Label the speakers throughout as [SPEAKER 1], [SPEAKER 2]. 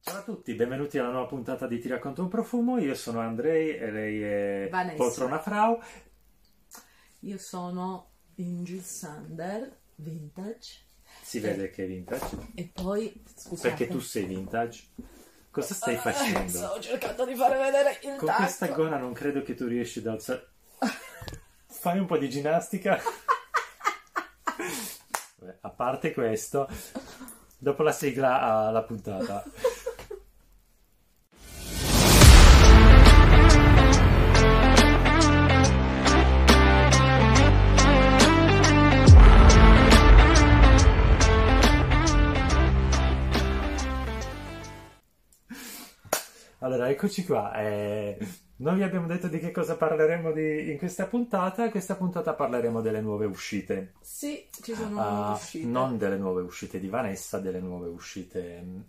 [SPEAKER 1] Ciao a tutti, benvenuti alla nuova puntata di Ti racconto un profumo. Io sono Andrei e lei è
[SPEAKER 2] Vanessa.
[SPEAKER 1] Poltrona Frau.
[SPEAKER 2] Io sono Inge Sander, vintage,
[SPEAKER 1] Si vede che è vintage.
[SPEAKER 2] e poi, scusate,
[SPEAKER 1] Perché tu sei vintage. Cosa stai
[SPEAKER 2] Oh,
[SPEAKER 1] facendo?
[SPEAKER 2] Sto cercando di far vedere il
[SPEAKER 1] Con
[SPEAKER 2] tasto.
[SPEAKER 1] questa gonna non credo che tu riesci ad alzare. Fai un po' di ginnastica. Beh, A parte questo, dopo la sigla alla puntata. Allora, eccoci qua. eh, noi vi abbiamo detto di che cosa parleremo di- in questa puntata. In questa puntata parleremo delle nuove uscite.
[SPEAKER 2] Sì, ci sono
[SPEAKER 1] Ah,
[SPEAKER 2] uscite.
[SPEAKER 1] non delle nuove uscite di Vanessa, delle nuove uscite. mm,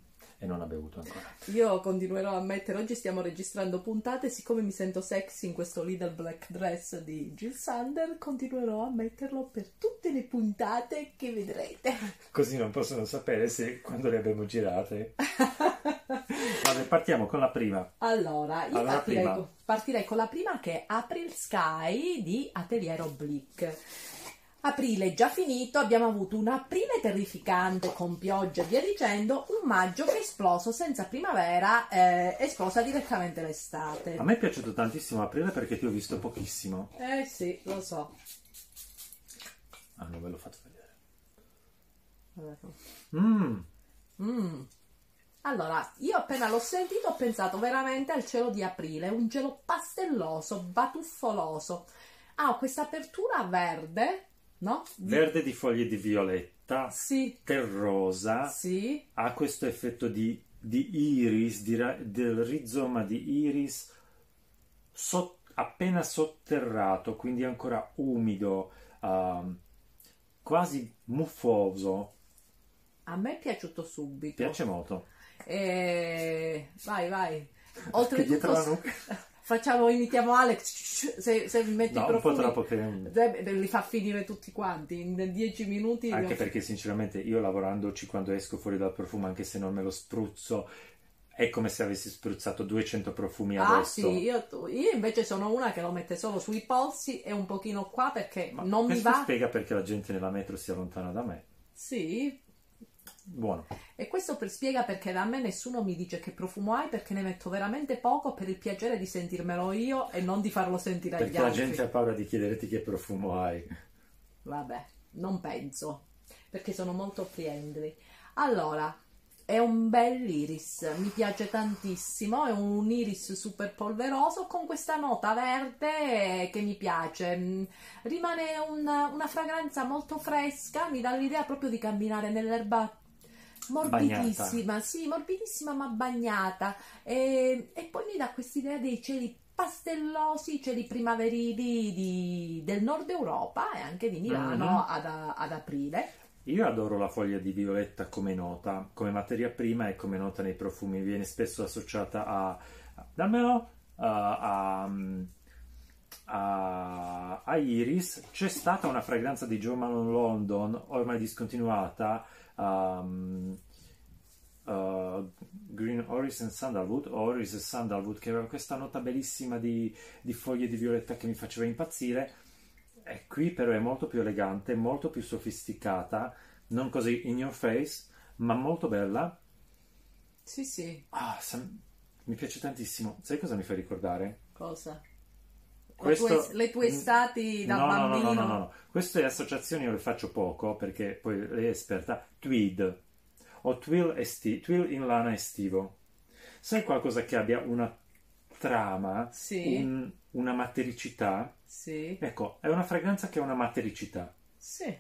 [SPEAKER 1] E non ha bevuto ancora.
[SPEAKER 2] Io continuerò a mettere, oggi stiamo registrando puntate, siccome mi sento sexy in questo little black dress di Jill Sander, continuerò a metterlo per tutte le puntate che vedrete.
[SPEAKER 1] Così non possono sapere se quando le abbiamo girate. Vabbè, partiamo con la prima.
[SPEAKER 2] Allora, io
[SPEAKER 1] Allora,
[SPEAKER 2] partirei,
[SPEAKER 1] prima.
[SPEAKER 2] con, partirei con la prima che è April Sky di Atelier Oblique. Aprile è già finito, abbiamo avuto un aprile terrificante con pioggia e via dicendo, un maggio che è esploso senza primavera, eh, esplosa direttamente
[SPEAKER 1] A
[SPEAKER 2] l'estate.
[SPEAKER 1] me è piaciuto tantissimo aprile perché ti ho visto pochissimo.
[SPEAKER 2] Eh sì, lo so.
[SPEAKER 1] Ah, non ve l'ho fatto vedere.
[SPEAKER 2] Vabbè.
[SPEAKER 1] Mm,
[SPEAKER 2] Mm. Allora, io appena l'ho sentito ho pensato veramente al cielo di aprile, un cielo pastelloso, batuffoloso. Ha questa apertura verde, no? Di-
[SPEAKER 1] verde di foglie di violetta,
[SPEAKER 2] Sì,
[SPEAKER 1] terrosa,
[SPEAKER 2] sì,
[SPEAKER 1] ha questo effetto di, di iris, di ra- del rizoma di iris so- appena sotterrato, quindi ancora umido, ehm, quasi muffoso.
[SPEAKER 2] a me è piaciuto subito.
[SPEAKER 1] Piace molto.
[SPEAKER 2] Eh, Vai, vai.
[SPEAKER 1] Che dietro la
[SPEAKER 2] Oltretutto,
[SPEAKER 1] nuca.
[SPEAKER 2] facciamo, imitiamo Alex, se, se mi metti
[SPEAKER 1] No, un
[SPEAKER 2] i
[SPEAKER 1] po'
[SPEAKER 2] profumi,
[SPEAKER 1] troppo che...
[SPEAKER 2] eh, li fa finire tutti quanti, in dieci minuti...
[SPEAKER 1] Anche perché sinceramente io lavorandoci quando esco fuori dal profumo, anche se non me lo spruzzo, è come se avessi spruzzato 200 profumi
[SPEAKER 2] Ah
[SPEAKER 1] adesso.
[SPEAKER 2] sì, io, io invece sono una che lo mette solo sui polsi e un pochino qua perché
[SPEAKER 1] Ma
[SPEAKER 2] non mi
[SPEAKER 1] questo
[SPEAKER 2] va.
[SPEAKER 1] spiega perché la gente nella metro sia lontana da me.
[SPEAKER 2] sì,
[SPEAKER 1] Buono.
[SPEAKER 2] e questo per- spiega perché da me nessuno mi dice che profumo hai perché ne metto veramente poco per il piacere di sentirmelo io e non di farlo sentire agli
[SPEAKER 1] Perché la
[SPEAKER 2] altri.
[SPEAKER 1] gente ha paura di chiederti che profumo hai.
[SPEAKER 2] Vabbè, non penso, perché sono molto friendly. Allora, è un bell'iris, mi piace tantissimo, è un iris super polveroso con questa nota verde che mi piace. Mm, Rimane una, una fragranza molto fresca, mi dà l'idea proprio di camminare nell'erba morbidissima, sì, morbidissima ma bagnata. E, e poi mi dà quest'idea dei cieli pastellosi, cieli primaverili di- del nord Europa e anche di Milano
[SPEAKER 1] Mhm.
[SPEAKER 2] ad, ad aprile.
[SPEAKER 1] Io adoro la foglia di violetta come nota, come materia prima e come nota nei profumi. Viene spesso associata a... a- dammelo! a, a- a Iris. C'è stata una fragranza di Jo Malone London, ormai discontinuata, um, uh, Green Oris and Sandalwood, Oris e Sandalwood, che aveva questa nota bellissima di, di foglie di violetta che mi faceva impazzire. E qui però è molto più elegante, molto più sofisticata, non così in your face, ma molto bella.
[SPEAKER 2] Sì, sì,
[SPEAKER 1] Ah, sa- mi piace tantissimo. Sai cosa mi fa ricordare?
[SPEAKER 2] cosa?
[SPEAKER 1] Questo- Mm.
[SPEAKER 2] Le, tue, le tue estati da
[SPEAKER 1] no, no, no, no,
[SPEAKER 2] bambino?
[SPEAKER 1] no, no, no. Queste associazioni io le faccio poco perché poi lei è esperta. Tweed o twill, esti- twill in lana estivo. Sai qualcosa che abbia una trama,
[SPEAKER 2] Sì,
[SPEAKER 1] un- una matericità?
[SPEAKER 2] sì,
[SPEAKER 1] Ecco, è una fragranza che ha una matericità.
[SPEAKER 2] sì.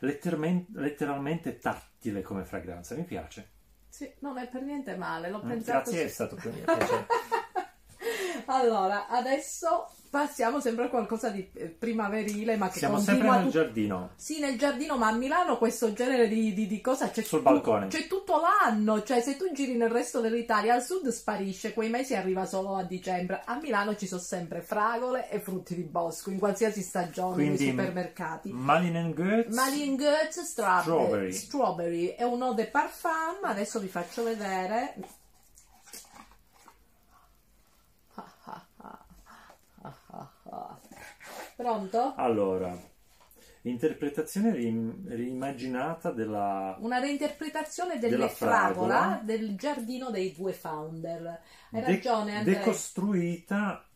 [SPEAKER 1] Lettermen- letteralmente tattile come fragranza, mi piace.
[SPEAKER 2] Sì, non è per niente male, l'ho
[SPEAKER 1] Mm,
[SPEAKER 2] pensato.
[SPEAKER 1] grazie,
[SPEAKER 2] su-
[SPEAKER 1] è stato per me, piacere.
[SPEAKER 2] Allora, adesso passiamo sempre a qualcosa di eh, primaverile, ma che
[SPEAKER 1] Siamo sempre
[SPEAKER 2] continua
[SPEAKER 1] nel
[SPEAKER 2] tutto.
[SPEAKER 1] giardino.
[SPEAKER 2] Sì, nel giardino, ma a Milano questo genere di, di- di cosa c'è,
[SPEAKER 1] Sul
[SPEAKER 2] tutto-
[SPEAKER 1] balcone.
[SPEAKER 2] c'è tutto l'anno, cioè se tu giri nel resto dell'Italia, al sud sparisce, quei mesi arriva solo a dicembre, a Milano ci sono sempre fragole e frutti di bosco, in qualsiasi stagione,
[SPEAKER 1] Quindi-
[SPEAKER 2] nei supermercati.
[SPEAKER 1] Malin Goetz.
[SPEAKER 2] Malin Goetz stra-
[SPEAKER 1] Strawberry.
[SPEAKER 2] Strawberry è un eau de parfum, adesso vi faccio vedere. Ah, ah, ah. Ah, ah, ah. Pronto?
[SPEAKER 1] Allora, interpretazione rim- rimaginata della
[SPEAKER 2] Una reinterpretazione delle
[SPEAKER 1] Della fragola.
[SPEAKER 2] fragola del giardino dei due founder. Hai
[SPEAKER 1] de-
[SPEAKER 2] ragione, Andrea.
[SPEAKER 1] decostruita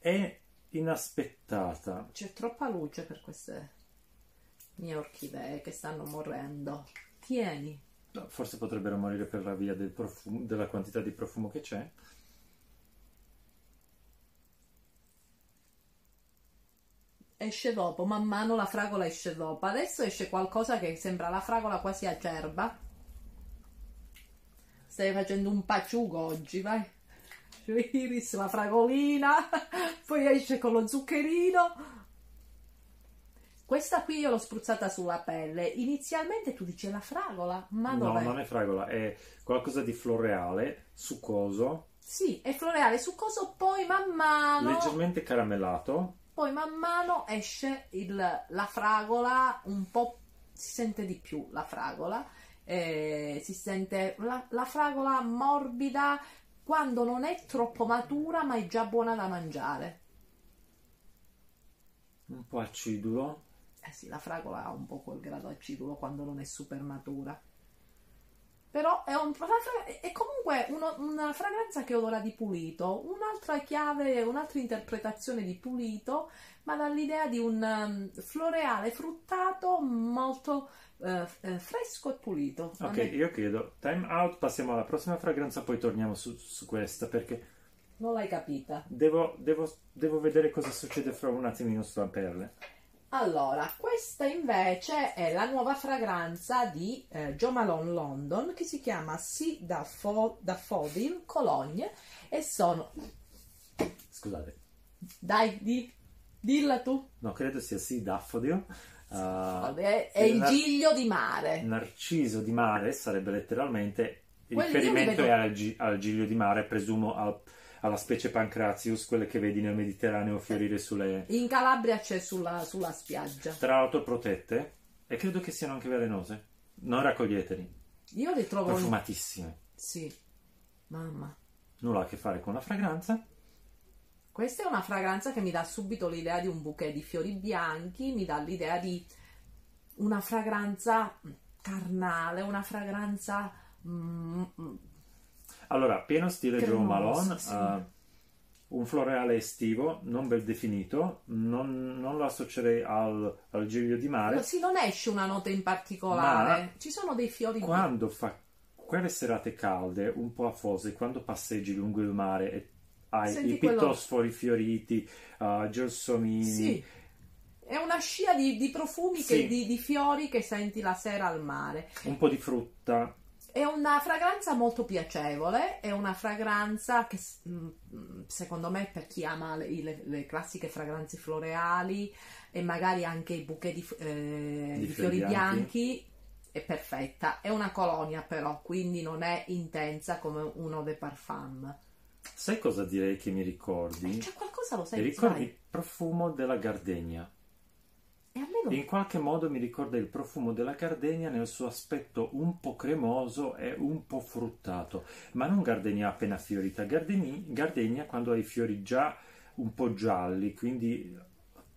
[SPEAKER 1] e inaspettata.
[SPEAKER 2] C'è troppa luce per queste mie orchidee che stanno morendo. Tieni.
[SPEAKER 1] No, Forse potrebbero morire per la via del profumo- della quantità di profumo che c'è.
[SPEAKER 2] esce dopo, man mano la fragola esce dopo. Adesso esce qualcosa che sembra la fragola quasi acerba. Stai facendo un paciugo oggi, vai. Iris, la fragolina, poi esce con lo zuccherino. Questa qui io l'ho spruzzata sulla pelle. Inizialmente tu dici la fragola, ma
[SPEAKER 1] no,
[SPEAKER 2] dov'è?
[SPEAKER 1] non è fragola, è qualcosa di floreale, succoso,
[SPEAKER 2] Sì, è floreale succoso, poi man mano...
[SPEAKER 1] leggermente caramellato.
[SPEAKER 2] Poi man mano esce il- la fragola, un po' si sente di più la fragola, eh, si sente la, la fragola morbida quando non è troppo matura ma è già buona da mangiare.
[SPEAKER 1] un po' acidulo.
[SPEAKER 2] Eh sì, la fragola ha un po' quel grado acidulo quando non è super matura. Però è, un- fra- fra- è comunque uno- una fragranza che odora di pulito, un'altra chiave, un'altra interpretazione di pulito, ma dall'idea di un ehm, floreale fruttato molto eh, f- eh, fresco e pulito. A
[SPEAKER 1] Ok,
[SPEAKER 2] me
[SPEAKER 1] io chiedo time out, passiamo alla prossima fragranza, poi torniamo su, su questa perché
[SPEAKER 2] Non l'hai capita.
[SPEAKER 1] devo, devo- devo vedere cosa succede fra un attimino sulla perle.
[SPEAKER 2] Allora, questa invece è la nuova fragranza di eh, Jo Malone London che si chiama Si Daffo- Daffodil Cologne e sono...
[SPEAKER 1] Scusate,
[SPEAKER 2] Dai, di, dilla tu.
[SPEAKER 1] no, credo sia sì, Daffodil. Ah,
[SPEAKER 2] Vabbè, è
[SPEAKER 1] sì,
[SPEAKER 2] il
[SPEAKER 1] la-
[SPEAKER 2] giglio di mare.
[SPEAKER 1] Narciso di mare sarebbe letteralmente il
[SPEAKER 2] Quelli io li
[SPEAKER 1] riferimento
[SPEAKER 2] vedo-
[SPEAKER 1] è al, gi- al giglio di mare, presumo al- alla specie Pancratius, quelle che vedi nel Mediterraneo fiorire sulle
[SPEAKER 2] In Calabria c'è sulla, sulla spiaggia.
[SPEAKER 1] tra l'altro protette e credo che siano anche velenose. Non raccoglieteli,
[SPEAKER 2] Io li trovo... in-
[SPEAKER 1] profumatissime.
[SPEAKER 2] Sì, mamma.
[SPEAKER 1] Nulla a che fare con la fragranza.
[SPEAKER 2] Questa è una fragranza che mi dà subito l'idea di un bouquet di fiori bianchi, mi dà l'idea di una fragranza carnale, una fragranza mm, mm,
[SPEAKER 1] Allora, pieno stile Joe
[SPEAKER 2] Cremoso,
[SPEAKER 1] Malone,
[SPEAKER 2] sì.
[SPEAKER 1] eh, un floreale estivo, non ben definito, non, non lo associerei al, al giglio di mare.
[SPEAKER 2] sì, non esce una nota in particolare. Ci sono dei fiori bianchi.
[SPEAKER 1] Quando fa quelle serate calde, un po' afose, quando passeggi lungo il mare e hai
[SPEAKER 2] Senti
[SPEAKER 1] i
[SPEAKER 2] quello-
[SPEAKER 1] pitosfori fioriti, eh, gelsomini,
[SPEAKER 2] Sì. È una scia di, di profumi, che-
[SPEAKER 1] Sì.
[SPEAKER 2] di, di fiori che senti la sera al mare.
[SPEAKER 1] un po' di frutta,
[SPEAKER 2] È una fragranza molto piacevole, è una fragranza che s- mm, mm, secondo me per chi ama le, le- le classiche fragranze floreali e magari anche i bouquet di, f- eh,
[SPEAKER 1] Di
[SPEAKER 2] di fiori
[SPEAKER 1] fiori bianchi.
[SPEAKER 2] bianchi è perfetta. È una colonia però, quindi non è intensa come uno dei parfum.
[SPEAKER 1] sai cosa direi che mi
[SPEAKER 2] Eh,
[SPEAKER 1] ricordi?
[SPEAKER 2] C'è qualcosa, lo sai,
[SPEAKER 1] Mi ricordi
[SPEAKER 2] sai?
[SPEAKER 1] il profumo della gardenia.
[SPEAKER 2] E a me non-
[SPEAKER 1] In qualche modo mi ricorda il profumo della gardenia nel suo aspetto un po' cremoso e un po' fruttato, ma non gardenia appena fiorita, gardeni- gardenia quando ha i fiori già un po' gialli, quindi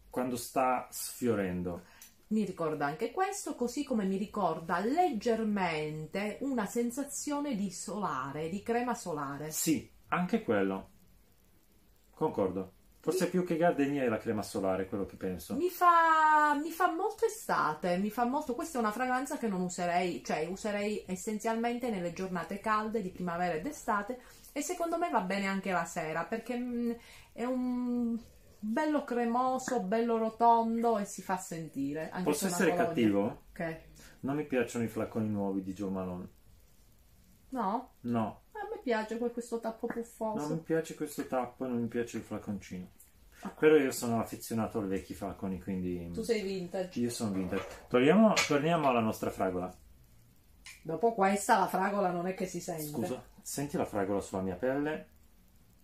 [SPEAKER 1] quando sta sfiorendo.
[SPEAKER 2] Mi ricorda anche questo, così come mi ricorda leggermente una sensazione di solare, di crema solare.
[SPEAKER 1] Sì, anche quello. Concordo. Forse più che gardenia è la crema solare, quello che penso.
[SPEAKER 2] Mi fa, mi fa molto estate, mi fa molto. Questa è una fragranza che non userei, cioè userei essenzialmente nelle giornate calde di primavera ed estate e secondo me va bene anche la sera perché mm, è un bello cremoso, bello rotondo e si fa sentire. Anche
[SPEAKER 1] Posso
[SPEAKER 2] se è una
[SPEAKER 1] essere
[SPEAKER 2] colonia.
[SPEAKER 1] cattivo?
[SPEAKER 2] Ok.
[SPEAKER 1] Non mi piacciono i flaconi nuovi di Jo Malone.
[SPEAKER 2] No?
[SPEAKER 1] No,
[SPEAKER 2] A me piace poi questo tappo
[SPEAKER 1] Non
[SPEAKER 2] puffoso.
[SPEAKER 1] mi piace questo tappo e non mi piace il flaconcino. Quello io sono affezionato ai vecchi flaconi, quindi
[SPEAKER 2] Ah. Tu sei vintage.
[SPEAKER 1] io sono vintage. Torniamo, torniamo alla nostra fragola.
[SPEAKER 2] Dopo questa la fragola non è che si sente.
[SPEAKER 1] Scusa, senti la fragola sulla mia pelle?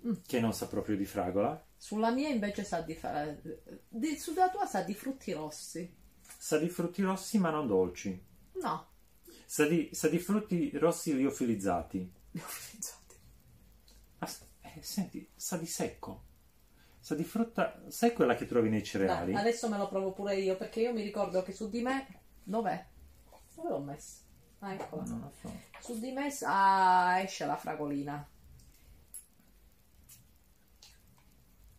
[SPEAKER 2] Mm.
[SPEAKER 1] Che non sa proprio di fragola.
[SPEAKER 2] Sulla mia invece sa di fare. di- sulla tua sa di frutti rossi.
[SPEAKER 1] Sa di frutti rossi ma non dolci.
[SPEAKER 2] No.
[SPEAKER 1] Sa di, sa di frutti rossi liofilizzati.
[SPEAKER 2] li ho utilizzati.
[SPEAKER 1] Ah, s- eh, senti, sa di secco. Sa di frutta... Sai quella che trovi nei cereali?
[SPEAKER 2] Dai, adesso me lo provo pure io perché io mi ricordo che su di me. Dov'è? Dove l'ho messa? Ah, eccola.
[SPEAKER 1] Non lo so.
[SPEAKER 2] Su di me sa- esce la fragolina.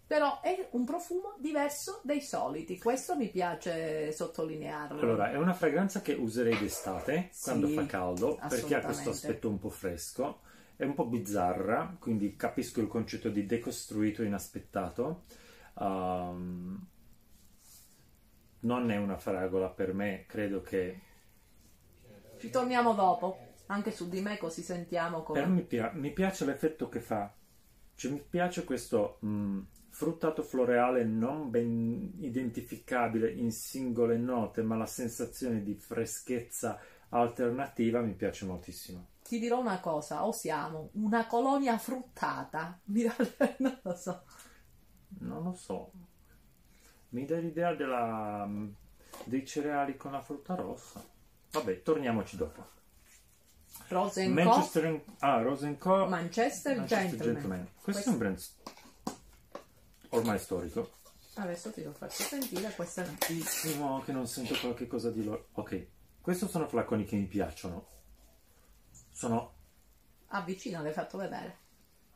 [SPEAKER 2] Però è un profumo diverso dai soliti. Questo mi piace sottolinearlo.
[SPEAKER 1] Allora, è una fragranza che userei d'estate,
[SPEAKER 2] Sì,
[SPEAKER 1] quando fa caldo, perché ha
[SPEAKER 2] assolutamente.
[SPEAKER 1] questo aspetto un po' fresco, è un po' bizzarra, quindi capisco il concetto di decostruito inaspettato. Ehm, non è una fragola per me, credo che...
[SPEAKER 2] Ci torniamo dopo. Anche su di me così sentiamo
[SPEAKER 1] Però
[SPEAKER 2] come.
[SPEAKER 1] mi, pia- mi piace l'effetto che fa, cioè mi piace questo mh, fruttato floreale non ben identificabile in singole note, ma la sensazione di freschezza alternativa mi piace moltissimo.
[SPEAKER 2] Ti dirò una cosa, o siamo una colonia fruttata. Mi dà- non lo so.
[SPEAKER 1] Non lo so. Mi dai l'idea della, mm, dei cereali con la frutta rossa. Vabbè, torniamoci dopo.
[SPEAKER 2] Rose and Co.
[SPEAKER 1] Manchester and, ah, Rose and Co.
[SPEAKER 2] Manchester, Gentleman.
[SPEAKER 1] Questo è un brand s- ormai storico.
[SPEAKER 2] Adesso ti lo faccio sentire, questa no.
[SPEAKER 1] Tantissimo che non sento qualche cosa di loro. Ok, questi sono flaconi che mi piacciono. Sono,
[SPEAKER 2] Avvicina, Ah, l'hai fatto vedere.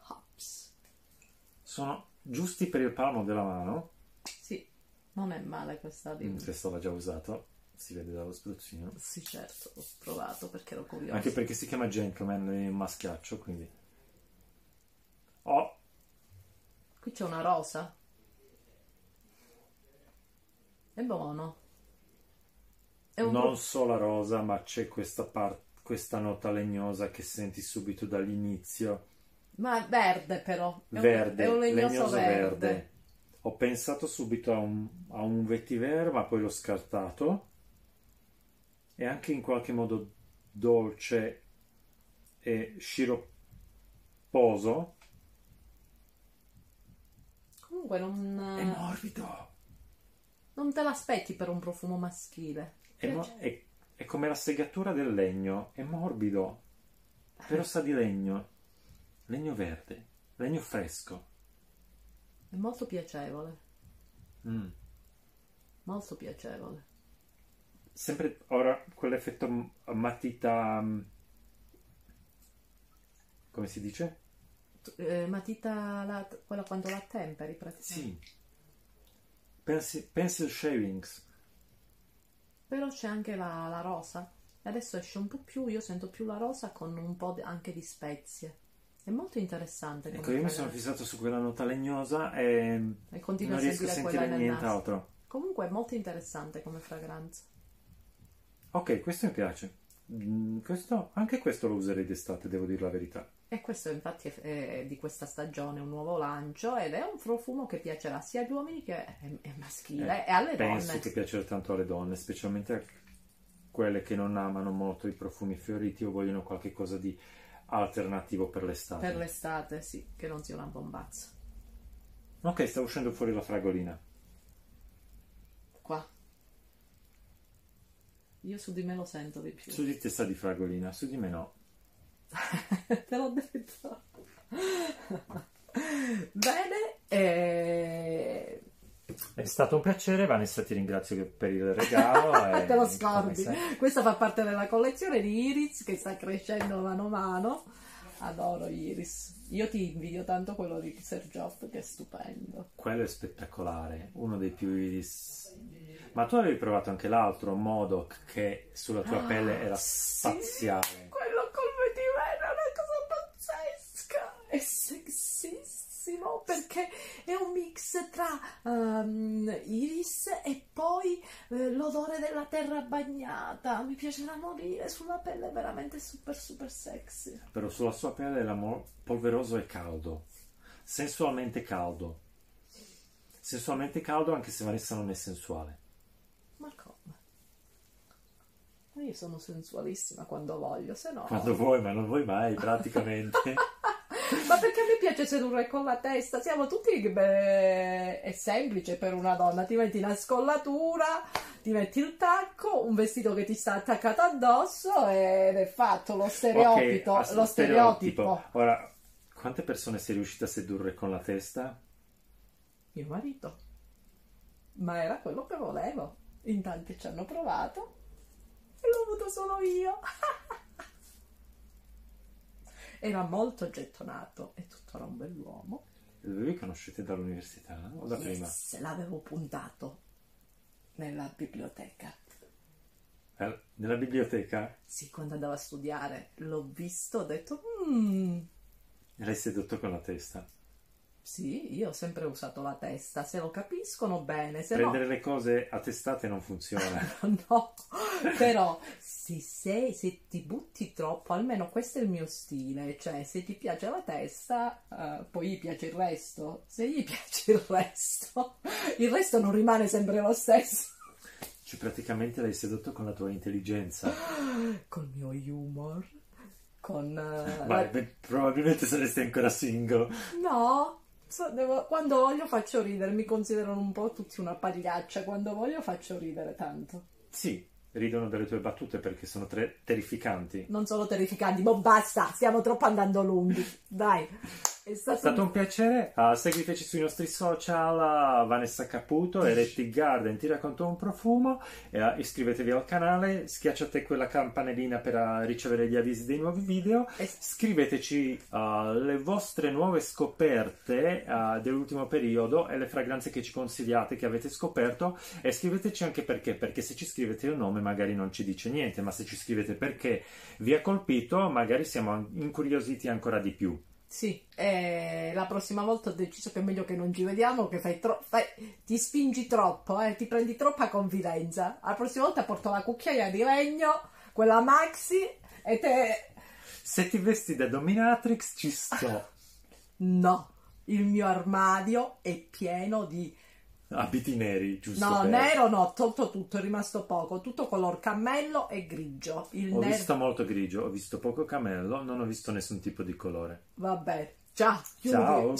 [SPEAKER 2] Hops.
[SPEAKER 1] sono giusti per il palmo della mano.
[SPEAKER 2] Sì, non è male questa
[SPEAKER 1] Mm,
[SPEAKER 2] di...
[SPEAKER 1] Questo l'ho già usato, si vede dallo spruzzino.
[SPEAKER 2] Sì, certo, l'ho provato perché ero curiosa.
[SPEAKER 1] Anche perché si chiama gentleman è un maschiaccio, quindi. Oh,
[SPEAKER 2] Qui c'è una rosa. È buono. È un
[SPEAKER 1] non so la rosa, ma c'è questa parte, questa nota legnosa che senti subito dall'inizio.
[SPEAKER 2] Ma è verde però. È un-
[SPEAKER 1] Verde,
[SPEAKER 2] è un legnoso,
[SPEAKER 1] verde.
[SPEAKER 2] verde.
[SPEAKER 1] Ho pensato subito a un, a un vetiver, ma poi l'ho scartato. È anche in qualche modo dolce e sciropposo.
[SPEAKER 2] Comunque
[SPEAKER 1] È
[SPEAKER 2] non,
[SPEAKER 1] morbido.
[SPEAKER 2] non te l'aspetti per un profumo maschile.
[SPEAKER 1] È, mo-
[SPEAKER 2] Piace.
[SPEAKER 1] è- è come la segatura del legno, è morbido,
[SPEAKER 2] Eh.
[SPEAKER 1] però sa di legno, legno verde, legno fresco.
[SPEAKER 2] È molto piacevole.
[SPEAKER 1] Mm.
[SPEAKER 2] Molto piacevole.
[SPEAKER 1] Sempre ora quell'effetto m- matita, mm, come si dice?
[SPEAKER 2] Eh, matita la- quella quando la temperi praticamente.
[SPEAKER 1] Pensi- pencil shavings,
[SPEAKER 2] Però c'è anche la, la rosa. E Adesso esce un po' più, io sento più la rosa con un po' di- anche di spezie. È molto interessante.
[SPEAKER 1] ecco
[SPEAKER 2] come
[SPEAKER 1] io mi
[SPEAKER 2] fragranza.
[SPEAKER 1] sono fissato su quella nota legnosa e non
[SPEAKER 2] E continua a
[SPEAKER 1] riesco a
[SPEAKER 2] sentire quella
[SPEAKER 1] sentire oh.
[SPEAKER 2] nel naso.
[SPEAKER 1] nient'altro.
[SPEAKER 2] Comunque è molto interessante come fragranza.
[SPEAKER 1] Ok, questo mi piace. Mm, Questo, anche questo lo userei d'estate, devo dire la verità.
[SPEAKER 2] E questo infatti è, è di questa stagione un nuovo lancio ed è un profumo che piacerà sia agli uomini che è, è maschile e alle
[SPEAKER 1] Eh, Penso
[SPEAKER 2] donne.
[SPEAKER 1] che piacerà tanto alle donne, specialmente a quelle che non amano molto i profumi fioriti o vogliono qualche cosa di alternativo per l'estate.
[SPEAKER 2] Per l'estate, sì, che non sia una bombazza.
[SPEAKER 1] Ok, sta uscendo fuori la fragolina.
[SPEAKER 2] Qua. Io su di me lo sento di più.
[SPEAKER 1] Su di te sa di fragolina, su di me no.
[SPEAKER 2] Te l'ho detto. Bene, eh, e...
[SPEAKER 1] È stato un piacere, Vanessa, ti ringrazio per il regalo. e
[SPEAKER 2] te lo
[SPEAKER 1] come
[SPEAKER 2] scordi.
[SPEAKER 1] sempre-
[SPEAKER 2] Questa fa parte della collezione di Iris che sta crescendo mano a mano. Adoro Iris. Io ti invidio tanto quello di Sir Geoff che è stupendo.
[SPEAKER 1] Quello è spettacolare, uno dei più iris. Ma tu avevi provato anche l'altro, Modoc, che sulla tua
[SPEAKER 2] Ah,
[SPEAKER 1] pelle era
[SPEAKER 2] sì.
[SPEAKER 1] spaziale.
[SPEAKER 2] Quello col vetivero è una cosa pazzesca. È sexissimo perché è un mix tra ehm, Iris e poi eh, l'odore della terra bagnata, mi piacerà morire sulla pelle veramente super super sexy.
[SPEAKER 1] però sulla sua pelle era mo- polveroso e caldo, sensualmente caldo. Sensualmente caldo anche se Vanessa non è sensuale.
[SPEAKER 2] Ma come? Ma Io sono sensualissima quando voglio, se no...
[SPEAKER 1] Quando vuoi, ma non vuoi mai praticamente.
[SPEAKER 2] Ma perché a me piace sedurre con la testa? Siamo tutti beh, è semplice per una donna, ti metti la scollatura, ti metti il tacco, un vestito che ti sta attaccato addosso ed è fatto lo stereotipo,
[SPEAKER 1] Ok, ass-
[SPEAKER 2] lo stereotipo.
[SPEAKER 1] Ora, quante persone sei riuscita a sedurre con la testa?
[SPEAKER 2] Mio marito. Ma era quello che volevo. In tanti ci hanno provato e l'ho avuto solo io. Era molto gettonato e tutto era un bell'uomo.
[SPEAKER 1] Lui conoscete dall'università o da prima?
[SPEAKER 2] Yes, l'avevo puntato nella biblioteca.
[SPEAKER 1] Eh, Nella biblioteca?
[SPEAKER 2] Sì, quando andavo a studiare l'ho visto, ho detto, "Mm,
[SPEAKER 1] L'hai sedotto con la testa.
[SPEAKER 2] sì, io ho sempre usato la testa, se lo capiscono bene, se
[SPEAKER 1] Prendere le cose a testate non funziona.
[SPEAKER 2] no, no. Però se, sei- se ti butti troppo, almeno questo è il mio stile, cioè se ti piace la testa, eh, poi gli piace il resto, se gli piace il resto, il resto non rimane sempre lo stesso.
[SPEAKER 1] Cioè, praticamente l'hai sedotto con la tua intelligenza.
[SPEAKER 2] Col mio humor, con...
[SPEAKER 1] Ma
[SPEAKER 2] eh, la-
[SPEAKER 1] beh, probabilmente saresti ancora single.
[SPEAKER 2] No, so- devo- quando voglio faccio ridere, mi considerano un po' tutti una pagliaccia, quando voglio faccio ridere tanto.
[SPEAKER 1] Sì, ridono delle tue battute perché sono tre- terrificanti.
[SPEAKER 2] Non sono terrificanti, ma basta, stiamo troppo andando lunghi, dai. È
[SPEAKER 1] È stato un piacere, Ah, seguiteci sui nostri social, ah, Vanessa Caputo, Eretti Garden, ti racconto un profumo, e, ah, iscrivetevi al canale, schiacciate quella campanellina per ah, ricevere gli avvisi dei nuovi video,
[SPEAKER 2] E-
[SPEAKER 1] scriveteci ah, le vostre nuove scoperte ah, dell'ultimo periodo e le fragranze che ci consigliate, che avete scoperto, e scriveteci anche perché, perché se ci scrivete il nome magari non ci dice niente, ma se ci scrivete perché vi ha colpito, magari siamo an- incuriositi ancora di più.
[SPEAKER 2] Sì, eh, la prossima volta ho deciso che è meglio che non ci vediamo, che fai tro- fai- ti spingi troppo, eh, ti prendi troppa confidenza. La prossima volta porto la cucchiaia di legno, quella maxi, e te...
[SPEAKER 1] Se ti vesti da dominatrix ci sto.
[SPEAKER 2] No, il mio armadio è pieno di...
[SPEAKER 1] Abiti neri, giusto?
[SPEAKER 2] No,
[SPEAKER 1] per-
[SPEAKER 2] nero no, ho tolto tutto, è rimasto poco, tutto color cammello e grigio. Il
[SPEAKER 1] Ho
[SPEAKER 2] nero,
[SPEAKER 1] visto molto grigio, ho visto poco cammello, non ho visto nessun tipo di colore.
[SPEAKER 2] vabbè. Ciao, chiudi.
[SPEAKER 1] Ciao.